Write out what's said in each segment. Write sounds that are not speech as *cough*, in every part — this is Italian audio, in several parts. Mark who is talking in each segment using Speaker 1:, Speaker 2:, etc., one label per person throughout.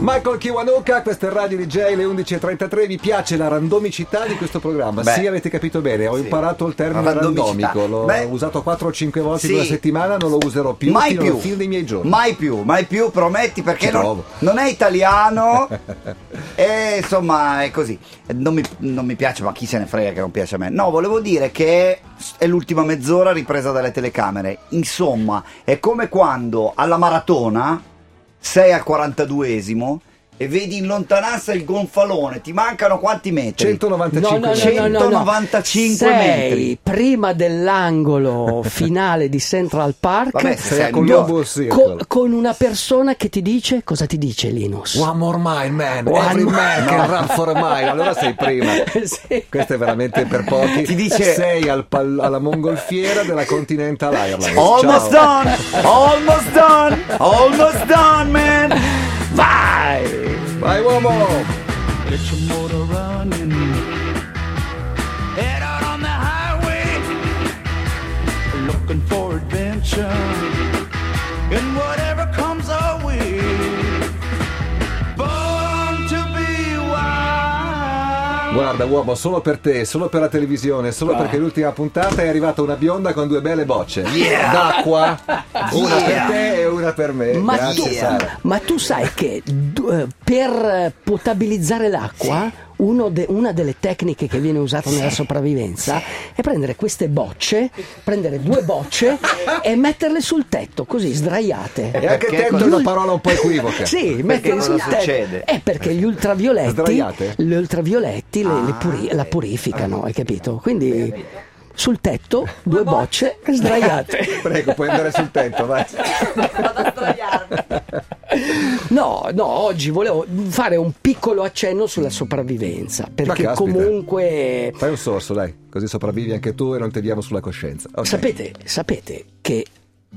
Speaker 1: Michael Kiwanuka, questa è Radio DJ, le 11.33. Vi piace la randomicità di questo programma?
Speaker 2: Beh.
Speaker 1: sì, avete capito bene. Ho
Speaker 2: Sì.
Speaker 1: imparato il termine
Speaker 2: Randomicità.
Speaker 1: randomico. L'ho
Speaker 2: Beh.
Speaker 1: usato 4 o 5 volte
Speaker 2: Sì.
Speaker 1: in una settimana. Non lo userò più
Speaker 2: mai
Speaker 1: fino
Speaker 2: più,
Speaker 1: alla fine dei miei giorni.
Speaker 2: mai più, mai più, prometti perché
Speaker 1: Ci
Speaker 2: non,
Speaker 1: provo.
Speaker 2: non è
Speaker 1: *laughs*
Speaker 2: italiano e insomma è così. Non mi, non mi piace, ma chi se ne frega che non piace a me. No, volevo dire che è l'ultima mezz'ora ripresa dalle telecamere. Insomma, è come quando alla maratona sei al 42esimo e vedi in lontananza il gonfalone, ti mancano quanti metri?
Speaker 1: 195
Speaker 2: no, no, no, no. 195
Speaker 3: Sei
Speaker 2: metri.
Speaker 3: prima dell'angolo finale di Central Park
Speaker 2: Vabbè, se sei
Speaker 1: Sei
Speaker 2: a
Speaker 1: a
Speaker 2: New York.
Speaker 1: Columbus
Speaker 3: co-
Speaker 1: Circle.
Speaker 3: con una persona che ti dice cosa ti dice Linus.
Speaker 1: One more mile, man.
Speaker 3: One
Speaker 1: Every
Speaker 3: more-
Speaker 1: man
Speaker 3: No.
Speaker 1: can run for a mile. Allora sei
Speaker 2: *laughs*
Speaker 1: prima.
Speaker 3: Sì.
Speaker 1: Questo è veramente per pochi.
Speaker 2: Ti dice-
Speaker 1: Sei al pal- alla mongolfiera della Continental Airlines.
Speaker 2: Almost
Speaker 1: Ciao.
Speaker 2: done! Almost done! Almost done, man! Vai!
Speaker 1: Vai uomo!
Speaker 4: Get your motor running. Head out on the highway. Looking for adventure. And whatever comes our way. Born to be wild.
Speaker 1: Guarda uomo, solo per te, solo per la televisione, solo perché l'ultima puntata è arrivata una bionda con due belle bocce.
Speaker 2: Yeah!
Speaker 1: D'acqua, una per
Speaker 2: Yeah!
Speaker 1: te e una per me.
Speaker 3: Ma,
Speaker 1: Eh, Grazie
Speaker 3: tu,
Speaker 1: Sara.
Speaker 3: ma tu sai che du- eh, per eh, potabilizzare l'acqua, uno de- una delle tecniche che viene usata nella sopravvivenza è prendere queste bocce, prendere due bocce e metterle sul tetto, così sdraiate.
Speaker 1: E anche
Speaker 2: perché
Speaker 1: tetto
Speaker 2: cosa-
Speaker 1: è una parola un po' equivoca.
Speaker 3: Sì, metterle
Speaker 2: cosa
Speaker 3: sul tetto.
Speaker 2: succede?
Speaker 3: È perché gli ultravioletti,
Speaker 1: Sdraiate?
Speaker 3: gli ultravioletti le- le puri-
Speaker 2: Ah,
Speaker 3: la
Speaker 2: ok.
Speaker 3: purificano, hai capito? Quindi sul tetto due bocce sdraiate.
Speaker 1: Prego, puoi andare sul tetto, vai.
Speaker 5: Vado a sdraiarmi.
Speaker 3: No, no, oggi volevo fare un piccolo accenno sulla sopravvivenza, perché
Speaker 1: caspita.
Speaker 3: comunque
Speaker 1: Fai un sorso, dai, così sopravvivi anche tu e non te diamo sulla coscienza. Ok.
Speaker 3: sapete, sapete che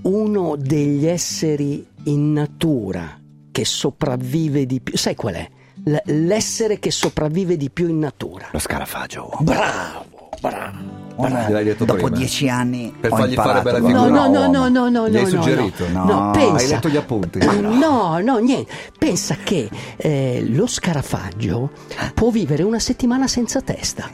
Speaker 3: uno degli esseri in natura che sopravvive di più, sai qual è? L- l'essere che sopravvive di più in natura.
Speaker 2: Lo scarafaggio, uomo.
Speaker 3: Bravo, bravo.
Speaker 2: Guarda,
Speaker 1: Gliel'hai detto
Speaker 2: dopo
Speaker 1: prima.
Speaker 2: dieci anni
Speaker 1: Per
Speaker 2: ho
Speaker 1: fargli
Speaker 2: imparato,
Speaker 1: fare bella
Speaker 3: No,
Speaker 2: guarda.
Speaker 1: figura.
Speaker 3: no, no,
Speaker 1: uomo.
Speaker 3: no, no, no,
Speaker 1: Gli hai
Speaker 3: no,
Speaker 1: suggerito?
Speaker 3: No,
Speaker 2: No,
Speaker 3: no, pensa. Eh,
Speaker 1: hai letto gli appunti?
Speaker 3: No, no, niente. Pensa che eh, lo scarafaggio può vivere una settimana senza testa.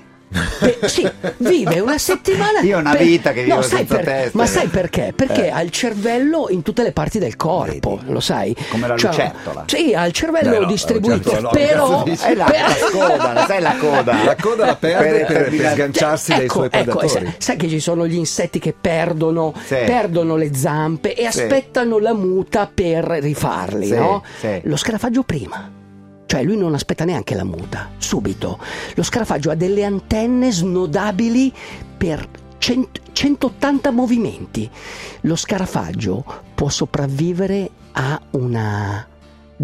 Speaker 3: Pe- sì, vive una settimana.
Speaker 2: Io una vita che vivo
Speaker 3: sai
Speaker 2: senza testa. Eh.
Speaker 3: Ma sai perché? Perché ha il cervello in tutte le parti del corpo, lo sai?
Speaker 2: Come la
Speaker 3: Cioè,
Speaker 2: lucertola.
Speaker 3: Sì, ha il cervello
Speaker 1: Beh, no,
Speaker 3: distribuito.
Speaker 1: la lucertola,
Speaker 3: però.
Speaker 1: cazzo dici?
Speaker 2: *laughs* È la,
Speaker 3: però-
Speaker 2: la coda, la- sai la coda?
Speaker 1: La coda la perde per, per
Speaker 2: determinare-
Speaker 1: sganciarsi dai suoi
Speaker 3: ecco,
Speaker 1: predatori.
Speaker 3: sa- sai che ci sono gli insetti che perdono,
Speaker 2: Sì.
Speaker 3: perdono le zampe e
Speaker 2: Sì.
Speaker 3: aspettano la muta per rifarli,
Speaker 2: Sì,
Speaker 3: no?
Speaker 2: sì.
Speaker 3: Lo scarafaggio prima. Cioè lui non aspetta neanche la muta, subito. Lo scarafaggio ha delle antenne snodabili per cent- 180 movimenti. Lo scarafaggio può sopravvivere a una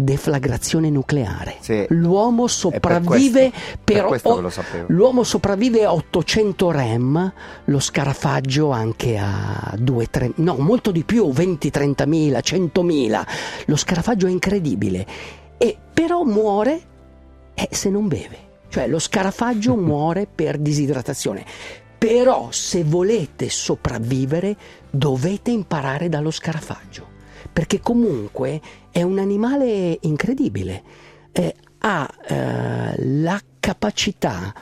Speaker 3: deflagrazione nucleare.
Speaker 2: Sì.
Speaker 3: L'uomo
Speaker 2: per
Speaker 3: sopravvive
Speaker 2: questo- per
Speaker 3: per,
Speaker 2: questo
Speaker 3: o-
Speaker 2: che lo sapevo.
Speaker 3: L'uomo sopravvive a 800 rem, lo scarafaggio anche a 2, 3, no, molto di più, 20, 30.000, 100.000. Lo scarafaggio è incredibile. E però muore eh, se non beve. Cioè lo scarafaggio muore per disidratazione. Però se volete sopravvivere dovete imparare dallo scarafaggio, perché comunque è un animale incredibile. Eh, ha eh, la capacità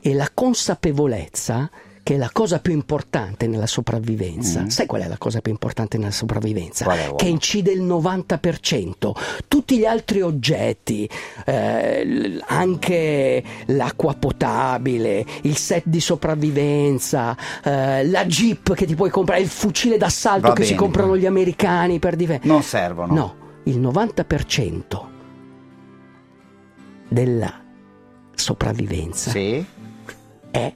Speaker 3: e la consapevolezza che è la cosa più importante nella sopravvivenza. Sai qual è la cosa più importante nella sopravvivenza?
Speaker 2: Qual è, uomo?
Speaker 3: che incide il 90%. Tutti gli altri oggetti, eh, l- anche l'acqua potabile, il set di sopravvivenza, eh, la jeep che ti puoi comprare, il fucile d'assalto
Speaker 2: Va
Speaker 3: che si
Speaker 2: bene.
Speaker 3: comprano gli americani per difendere.
Speaker 2: Non servono.
Speaker 3: No, il 90% della sopravvivenza
Speaker 2: Sì,
Speaker 3: è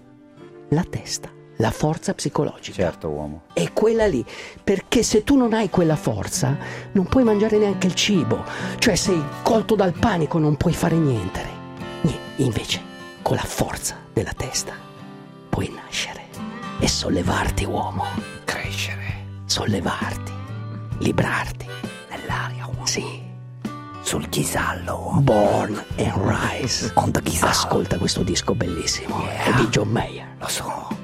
Speaker 3: la testa, la forza psicologica.
Speaker 2: certo uomo.
Speaker 3: È quella lì, perché se tu non hai quella forza, non puoi mangiare neanche il cibo, cioè sei colto dal panico, non puoi fare niente. Ni- Invece, con la forza della testa, puoi nascere e sollevarti, uomo. Crescere. Sollevarti, librarti. Nell'aria, uomo. Sì. Sul chisallo, uomo. Born and Rise. Ascolta questo disco bellissimo. È di John Mayer. Lo so.